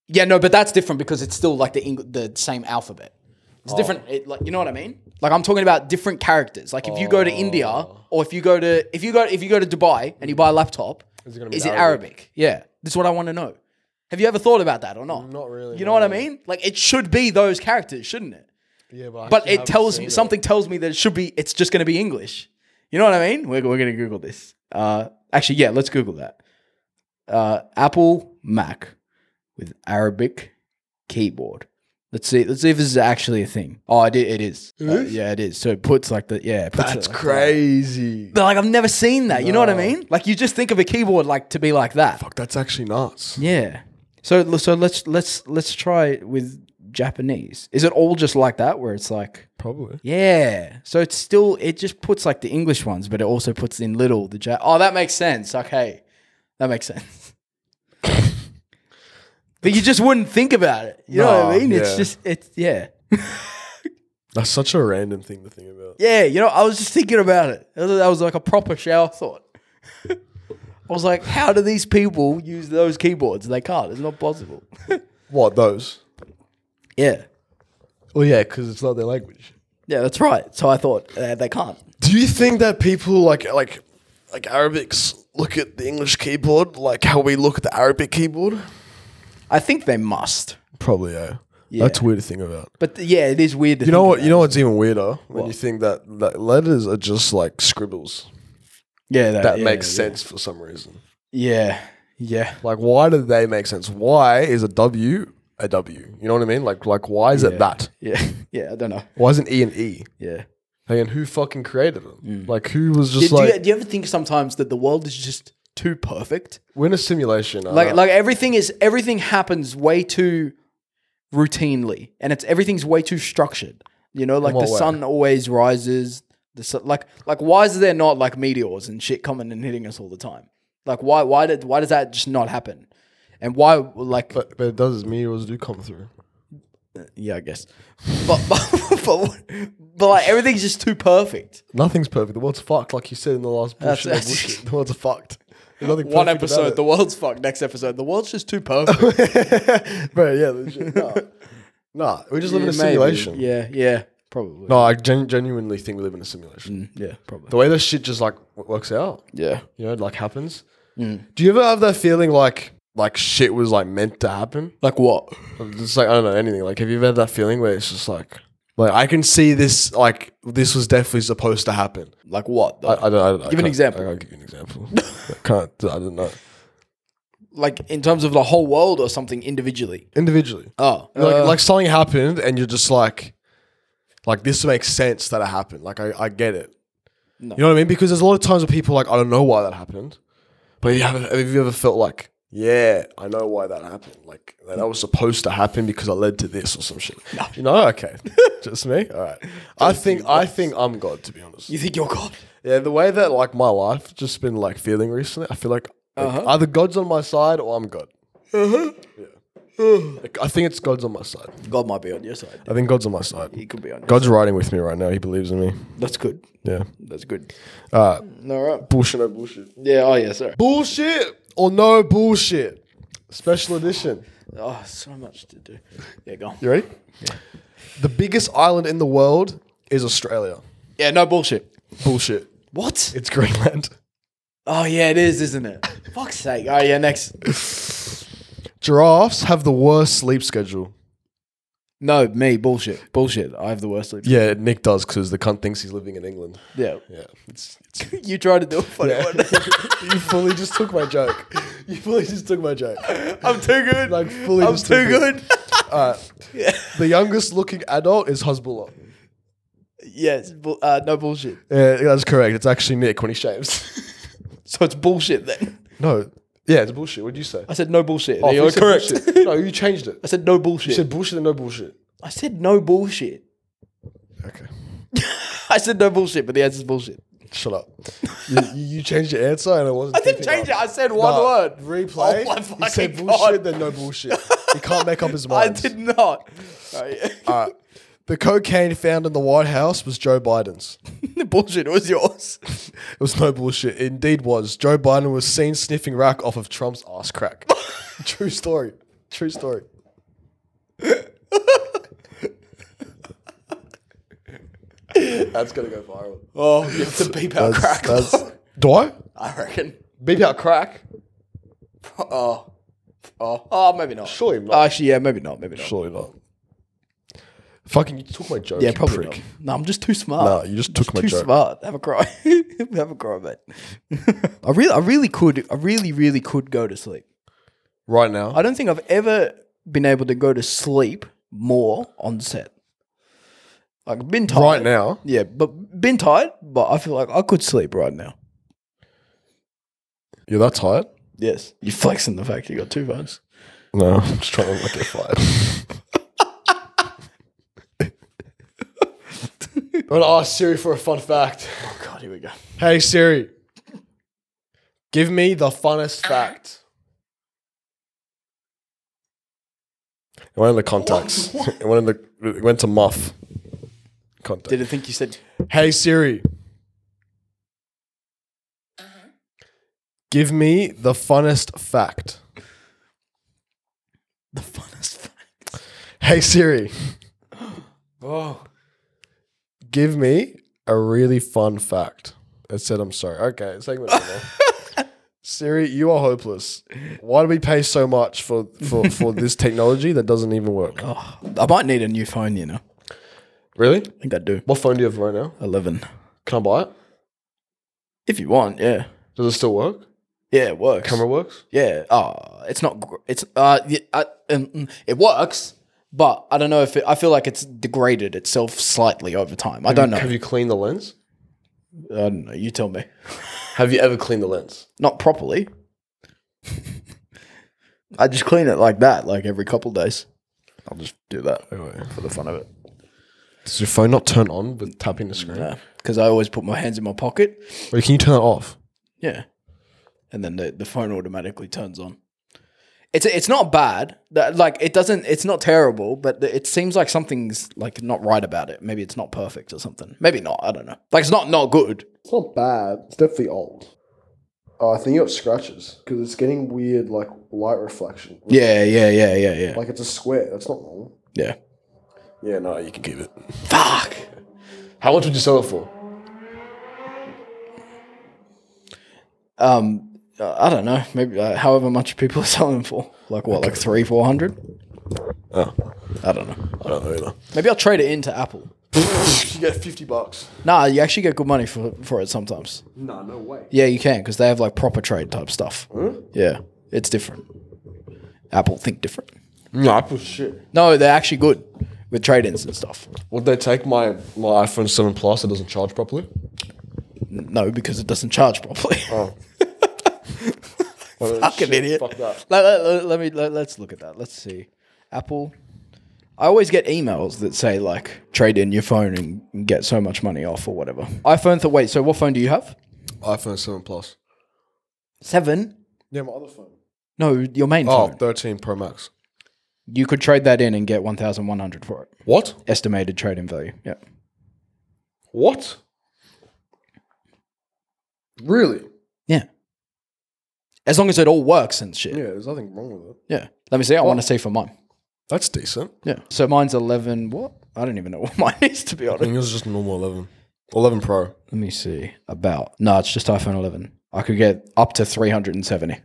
Speaker 2: yeah, no, but that's different because it's still like the Eng- the same alphabet. It's
Speaker 1: Oh.
Speaker 2: different. It, like you know what I mean? Like I'm talking about different characters. Like if you go to
Speaker 1: Oh.
Speaker 2: India or if you go to if you go if you go to Dubai and you buy a laptop,
Speaker 1: Is it gonna be
Speaker 2: is it
Speaker 1: Arabic?
Speaker 2: Arabic? Yeah, this is what I want to know. Have you ever thought about that or not?
Speaker 1: Not really,
Speaker 2: You know what I
Speaker 1: no.
Speaker 2: mean? Like it should be those characters, shouldn't it?
Speaker 1: Yeah, but I
Speaker 2: But
Speaker 1: actually
Speaker 2: it
Speaker 1: haven't
Speaker 2: tells
Speaker 1: seen
Speaker 2: me
Speaker 1: it.
Speaker 2: something tells me that it should be. It's just going to be English. You know what I mean? We're, we're going to Google this. Uh, actually, yeah, let's Google that. Uh, Apple Mac with Arabic keyboard. Let's see. Let's see if this is actually a thing. Oh, it, i- it is.
Speaker 1: It
Speaker 2: Uh,
Speaker 1: is?
Speaker 2: yeah, it is. So it puts like the yeah. It puts
Speaker 1: That's
Speaker 2: it like
Speaker 1: crazy.
Speaker 2: That. But like I've never seen that. You know what I
Speaker 1: No.
Speaker 2: mean? Like you just think of a keyboard like to be like that.
Speaker 1: Fuck, that's actually nuts.
Speaker 2: Yeah. So so let's let's let's try with Japanese. Is it all just like that where it's like
Speaker 1: Probably.
Speaker 2: yeah. So it's still it just puts like the English ones, but it also puts in little the ja- Oh, that makes sense. Okay. That makes sense. but you just wouldn't think about it. You know what I
Speaker 1: Nah,
Speaker 2: mean? It's
Speaker 1: yeah.
Speaker 2: just it's yeah.
Speaker 1: That's such a random thing to think about.
Speaker 2: Yeah, you know, I was just thinking about it. That was, that was like a proper shower thought. I was like, how do these people use those keyboards? They can't. It's not possible.
Speaker 1: What those?
Speaker 2: yeah.
Speaker 1: Well, yeah, because it's not their language.
Speaker 2: Yeah, that's right. So I thought uh, they can't.
Speaker 1: Do you think that people like like like Arabics look at the English keyboard like how we look at the Arabic keyboard?
Speaker 2: I think they must.
Speaker 1: Probably, yeah.
Speaker 2: That's
Speaker 1: That's weird to think about.
Speaker 2: But th- yeah, it is weird. To
Speaker 1: You know
Speaker 2: think
Speaker 1: what?
Speaker 2: about.
Speaker 1: You know what's even weirder when you think that, that letters are just like scribbles
Speaker 2: Yeah,
Speaker 1: that
Speaker 2: yeah,
Speaker 1: makes
Speaker 2: yeah.
Speaker 1: sense for some reason.
Speaker 2: Yeah, yeah,
Speaker 1: Like, why do they make sense? Why is a W a W? You know what I mean? Like, like why is it that?
Speaker 2: yeah, yeah. I don't know.
Speaker 1: Why isn't E an E?
Speaker 2: Yeah.
Speaker 1: Hey, and who fucking created them? Like, who was
Speaker 2: Do,
Speaker 1: just
Speaker 2: do
Speaker 1: like
Speaker 2: Mm. you, do you ever think sometimes that the world is just too perfect?
Speaker 1: we're in a simulation? I
Speaker 2: e- Like,
Speaker 1: don't-
Speaker 2: like everything is everything happens way too routinely, and it's everything's way too structured. You know, like the
Speaker 1: what way?
Speaker 2: sun always rises. The sun, like, like why is there not like meteors and shit coming and hitting us all the time? Like, why, why did, why does that just not happen? And why, like,
Speaker 1: but, but it does. Meteors do come through.
Speaker 2: yeah, I guess. But but but, but like everything's just too perfect.
Speaker 1: Nothing's perfect. The world's fucked, like you said in the last bullshit.
Speaker 2: That's-
Speaker 1: bullshit. The world's fucked. There's nothing
Speaker 2: One
Speaker 1: perfect about
Speaker 2: episode,
Speaker 1: it.
Speaker 2: the world's fucked. Next episode, the world's just too perfect.
Speaker 1: Bro, yeah, legit. Nah. Nah, we just live in a
Speaker 2: Maybe.
Speaker 1: simulation.
Speaker 2: Yeah, yeah, probably.
Speaker 1: No, I gen- genuinely think we live in a simulation.
Speaker 2: Yeah, probably.
Speaker 1: The way this shit just like w- works out,
Speaker 2: Yeah.
Speaker 1: you know, like happens.
Speaker 2: Mm.
Speaker 1: Do you ever have that feeling like like shit was like meant to happen?
Speaker 2: Like what?
Speaker 1: It's like I don't know anything. Like, have you ever had that feeling where it's just like, like I can see this, like this was definitely supposed to happen.
Speaker 2: Like what?
Speaker 1: I, I don't. I, don't- I
Speaker 2: Give an
Speaker 1: can't-
Speaker 2: example.
Speaker 1: I can't give you an example. I can't. I don't know.
Speaker 2: like in terms of the whole world or something individually?
Speaker 1: Individually,
Speaker 2: Oh,
Speaker 1: like like something happened, and you're just like, like this makes sense that it happened. Like I, I get it. You know what I mean? Because there's a lot of times where people are like, I don't know why that happened, but you have, have you ever felt like, yeah, I know why that happened. Like that that was supposed to happen because I led to this or some shit. You know? Okay, just me. All right. I think I think I'm God to be honest.
Speaker 2: you think you're God?
Speaker 1: Yeah, the way that like my life just been like feeling recently, I feel like, like, either God's on my side or I'm God. Yeah. Like, I think it's God's on my side.
Speaker 2: God might be on your side.
Speaker 1: I think God's on my side.
Speaker 2: He could be on. Your
Speaker 1: God's riding with me right now. He believes in me.
Speaker 2: That's good.
Speaker 1: Yeah.
Speaker 2: That's good.
Speaker 1: Uh,
Speaker 2: All right.
Speaker 1: bullshit or bullshit.
Speaker 2: Yeah. Oh yeah. Sorry.
Speaker 1: Bullshit or no bullshit. Special edition.
Speaker 2: Oh, so much to do. Yeah, go. On.
Speaker 1: You ready? The biggest island in the world is Australia.
Speaker 2: Yeah. No bullshit.
Speaker 1: Bullshit.
Speaker 2: What?
Speaker 1: It's Greenland.
Speaker 2: Oh yeah, it is, isn't it? Fuck's sake. Oh yeah. Next.
Speaker 1: Giraffes have the worst sleep schedule.
Speaker 2: No, me, bullshit. Bullshit. I have the worst sleep.
Speaker 1: Yeah, Nick does because the cunt thinks he's living in England.
Speaker 2: Yeah.
Speaker 1: Yeah, it's, it's
Speaker 2: you tried to do a funny one.
Speaker 1: you fully just took my joke. You fully just took my joke.
Speaker 2: I'm too good.
Speaker 1: Like fully
Speaker 2: I'm
Speaker 1: just
Speaker 2: too
Speaker 1: took it.
Speaker 2: good.
Speaker 1: The youngest looking adult is Hezbollah.
Speaker 2: yes. Bu- uh, no bullshit.
Speaker 1: Yeah, that's correct. It's actually Nick when he shaves.
Speaker 2: So it's bullshit then.
Speaker 1: no, yeah, it's bullshit. What did you say?
Speaker 2: I said no bullshit.
Speaker 1: Oh,
Speaker 2: You're
Speaker 1: you said
Speaker 2: correct.
Speaker 1: bullshit. no, you changed it.
Speaker 2: I said no bullshit.
Speaker 1: You said bullshit and no bullshit.
Speaker 2: I said no bullshit.
Speaker 1: Okay,
Speaker 2: I said no bullshit, but the answer's bullshit.
Speaker 1: shut up. you, you changed your answer, and I wasn't.
Speaker 2: I didn't change it. I said one word.
Speaker 1: Replay.
Speaker 2: Oh my
Speaker 1: you said
Speaker 2: fucking
Speaker 1: bullshit,
Speaker 2: God.
Speaker 1: then no bullshit. He can't make up his
Speaker 2: I
Speaker 1: mind.
Speaker 2: did not. Right.
Speaker 1: The cocaine found in the White House was Joe Biden's.
Speaker 2: Bullshit. It was yours.
Speaker 1: It was no bullshit. It indeed was. Joe Biden was seen sniffing rack off of Trump's ass crack. True story. True story. that's gonna go viral.
Speaker 2: Oh, you have to beep out crack.
Speaker 1: That's- do I?
Speaker 2: I reckon.
Speaker 1: Beep out crack.
Speaker 2: Oh. Oh. Oh, maybe not.
Speaker 1: Surely not.
Speaker 2: Actually, yeah, maybe not. Maybe not.
Speaker 1: Surely not. Fucking, you took my joke.
Speaker 2: Yeah,
Speaker 1: you
Speaker 2: probably
Speaker 1: prick.
Speaker 2: not. No, I'm just too smart.
Speaker 1: Nah, you just took my
Speaker 2: too
Speaker 1: joke.
Speaker 2: smart. Have a cry. Have a cry, mate. I really, I really could. I really, really could go to sleep.
Speaker 1: Right now,
Speaker 2: I don't think I've ever been able to go to sleep more on set. Like been tired.
Speaker 1: right now,
Speaker 2: Yeah, but been tired. But I feel like I could sleep right now.
Speaker 1: you're that tired.
Speaker 2: Yes, you're flexing the fact you got two phones.
Speaker 1: No, I'm just trying to not get fired. I'm gonna ask oh, Siri for a fun fact.
Speaker 2: Oh God, here we go.
Speaker 1: Hey Siri, give me the funnest fact. It went in the contacts. It went in the. It went to Muff. Contact.
Speaker 2: Did it think you said?
Speaker 1: Hey Siri. Uh-huh. Give me the funnest fact.
Speaker 2: The funnest facts.
Speaker 1: Hey Siri,
Speaker 2: Oh.
Speaker 1: give me a really fun fact. It said I'm sorry. Okay, segment over. Siri, you are hopeless. Why do we pay so much for, for, for this technology that doesn't even work?
Speaker 2: oh. I might need a new phone, you know.
Speaker 1: Really?
Speaker 2: I think I do.
Speaker 1: What phone do you have right now?
Speaker 2: 11.
Speaker 1: Can I buy it?
Speaker 2: If you want, yeah.
Speaker 1: Does it still work?
Speaker 2: Yeah, it works.
Speaker 1: Camera works?
Speaker 2: Yeah. Oh, it's not. gr- It's uh, y- I, um, mm, it works, but I don't know if it, I feel like it's degraded itself slightly over time. I don't know.
Speaker 1: Have you cleaned the lens?
Speaker 2: I don't know. You tell me.
Speaker 1: Have you ever cleaned the lens?
Speaker 2: Not properly. I just clean it like that, like every couple days. I'll just do that for the fun of it.
Speaker 1: Does your phone not turn on with tapping the screen?
Speaker 2: Because I always put my hands in my pocket.
Speaker 1: Wait, can you turn that off?
Speaker 2: Yeah. And then the, the phone automatically turns on. It's it's not bad. That like it doesn't it's not terrible, but the- it seems like something's like not right about it. Maybe it's not perfect or something. Maybe not, I don't know. Like it's not not good.
Speaker 1: It's not bad. It's definitely old. Oh, I think you got scratches because it's getting weird, like light reflection.
Speaker 2: Yeah, yeah, yeah, yeah, yeah.
Speaker 1: Like it's a square. That's not normal.
Speaker 2: Yeah.
Speaker 1: Yeah, no, you can keep it.
Speaker 2: Fuck.
Speaker 1: How much would you sell it for?
Speaker 2: Um uh, I don't know. Maybe uh, however much people are selling them for. Like what? Like 3 400?
Speaker 1: Oh,
Speaker 2: I don't know.
Speaker 1: I don't know either.
Speaker 2: Maybe I'll trade it into Apple.
Speaker 1: you get fifty bucks.
Speaker 2: Nah, you actually get good money for for it sometimes.
Speaker 1: No, no way.
Speaker 2: Yeah, you can because they have like proper trade type stuff. Yeah, it's different. Apple think different.
Speaker 1: No, Apple shit.
Speaker 2: No, they're actually good with trade ins and stuff.
Speaker 1: Would they take my my iPhone Seven Plus that doesn't charge properly?
Speaker 2: N- No, because it doesn't charge properly. Fucking idiot.
Speaker 1: Oh, Fuck that.
Speaker 2: Let, let- let- let me let, us look at that. Let's see. Apple. I always get emails that say like trade in your phone and- and get so much money off or whatever. iPhone. Th- wait, so what phone do you have?
Speaker 1: iPhone Seven Plus.
Speaker 2: Seven.
Speaker 1: Yeah, my other phone.
Speaker 2: No, your main
Speaker 1: Oh,
Speaker 2: phone.
Speaker 1: 13 Pro Max.
Speaker 2: You could trade that in and get one thousand one hundred for it.
Speaker 1: What?
Speaker 2: Estimated trade in value. Yeah.
Speaker 1: What? Really?
Speaker 2: Yeah. As long as it all works and shit. Yeah.
Speaker 1: there's nothing wrong with it.
Speaker 2: Let me see. I want to see for mine.
Speaker 1: That's decent.
Speaker 2: Yeah. So mine's 11. What? I don't even know what mine is, to be
Speaker 1: I
Speaker 2: honest.
Speaker 1: think yours is just a normal 11. 11 Pro.
Speaker 2: Let me see. About. No, it's just iPhone 11. I could get up to 370.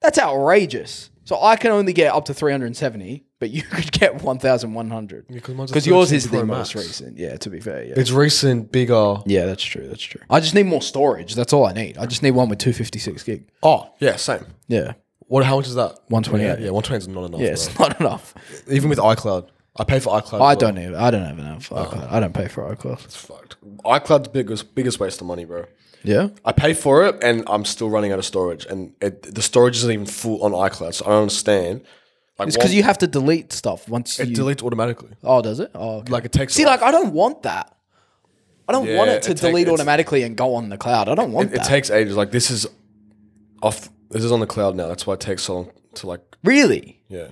Speaker 2: That's outrageous. So I can only get up to 370, but you could get 1,100. Because yours is the most recent. Yeah, to be fair. Yeah.
Speaker 1: It's recent, bigger.
Speaker 2: yeah, that's true. That's true. I just need more storage. That's all I need. I just need one with 256 gig.
Speaker 1: Oh, yeah, same.
Speaker 2: Yeah.
Speaker 1: What? How much is that?
Speaker 2: 128.
Speaker 1: Yeah, yeah 128 is not enough.
Speaker 2: Yeah, it's not enough.
Speaker 1: bro. Even with iCloud. I pay for iCloud.
Speaker 2: I
Speaker 1: as well.
Speaker 2: don't have. I don't have enough. iCloud. I don't pay for iCloud.
Speaker 1: It's fucked. iCloud's biggest, biggest waste of money, bro.
Speaker 2: Yeah.
Speaker 1: I pay for it and I'm still running out of storage. And it, the storage isn't even full on iCloud, so I don't understand. Like,
Speaker 2: It's because you have to delete stuff once you.
Speaker 1: It deletes automatically.
Speaker 2: oh, does it? Oh, okay.
Speaker 1: Like, it takes.
Speaker 2: see, like I don't want that. I don't want
Speaker 1: Yeah,
Speaker 2: it to
Speaker 1: it take-
Speaker 2: delete
Speaker 1: it's-
Speaker 2: automatically and go on the cloud. I don't want
Speaker 1: it
Speaker 2: that.
Speaker 1: takes ages. Like this is off. This is on the cloud now. That's why it takes so long to like.
Speaker 2: really?
Speaker 1: Yeah.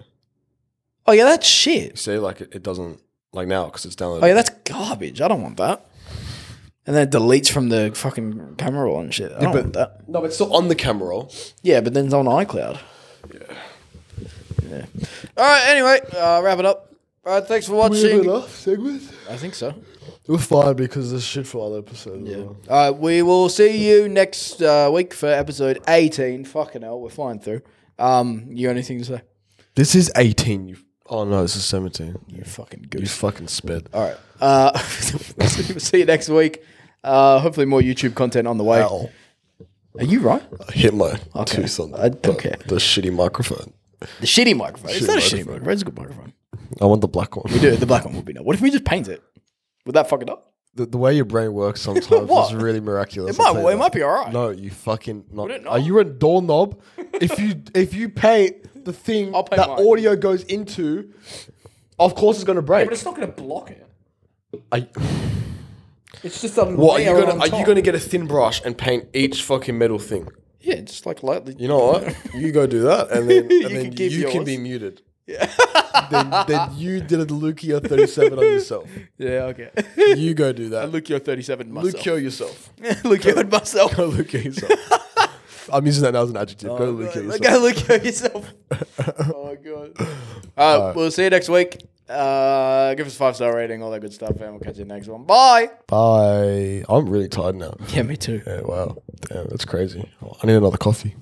Speaker 2: Oh yeah, that's shit.
Speaker 1: See, like it, it doesn't like now because it's downloaded.
Speaker 2: Oh yeah, that's garbage. I don't want that. And then it deletes from the fucking camera roll and shit. I don't want that.
Speaker 1: no, but it's still on the camera roll.
Speaker 2: Yeah, but then it's on iCloud. Yeah. All right. Anyway, uh, wrap it up. All right. Thanks for watching.
Speaker 1: enough segment.
Speaker 2: I think so.
Speaker 1: We're fine because there's shit for other episodes. Yeah.
Speaker 2: Uh, we will see you next uh, week for episode 18. Fucking hell, we're flying through. Um, you got anything to say?
Speaker 1: This is 18. You. Oh no, this is 17.
Speaker 2: You fucking
Speaker 1: You
Speaker 2: goose.
Speaker 1: fucking spit.
Speaker 2: All right. Uh, we'll see you next week. Uh, hopefully more YouTube content on the way.
Speaker 1: Ow.
Speaker 2: Are you right?
Speaker 1: I hit my
Speaker 2: Okay.
Speaker 1: two something.
Speaker 2: I don't
Speaker 1: the,
Speaker 2: care.
Speaker 1: The shitty microphone.
Speaker 2: The shitty microphone. it's
Speaker 1: Shitty
Speaker 2: not a shitty
Speaker 1: microphone.
Speaker 2: microphone. It's a good microphone.
Speaker 1: I want the black one.
Speaker 2: Dude, the black one would be nice. What if we just paint it? Would that fuck it up?
Speaker 1: The, the way your brain works sometimes
Speaker 2: What?
Speaker 1: is really miraculous.
Speaker 2: It might-
Speaker 1: I'll tell you
Speaker 2: it
Speaker 1: that.
Speaker 2: might be alright.
Speaker 1: No, you fucking not.
Speaker 2: it not?
Speaker 1: Are you a doorknob? if you if you paint the thing
Speaker 2: I'll paint
Speaker 1: that
Speaker 2: mine.
Speaker 1: audio goes into, of course it's gonna break.
Speaker 2: not going to block it.
Speaker 1: Are you-
Speaker 2: It's just a
Speaker 1: what are you gonna are you gonna get a thin brush and paint each fucking metal thing?
Speaker 2: Yeah, just like lightly.
Speaker 1: You know what? You go do that, and then, and
Speaker 2: You
Speaker 1: you, then
Speaker 2: can
Speaker 1: can,
Speaker 2: keep
Speaker 1: you can
Speaker 2: yours.
Speaker 1: be muted. then, then you did a Lucio 37 on yourself.
Speaker 2: Yeah, okay.
Speaker 1: You go do that.
Speaker 2: Look, you're 37 myself.
Speaker 1: Lucio yourself.
Speaker 2: look at myself.
Speaker 1: Go Lucio yourself. I'm using that now as an adjective. go Lucio yourself.
Speaker 2: Go look at yourself. oh my god. All right, we'll see you next week. Uh, give us a five star rating, all that good stuff, and we'll catch you next one. Bye.
Speaker 1: Bye. I'm really tired now.
Speaker 2: Yeah, me too.
Speaker 1: Yeah, wow. Damn, that's crazy. I need another coffee.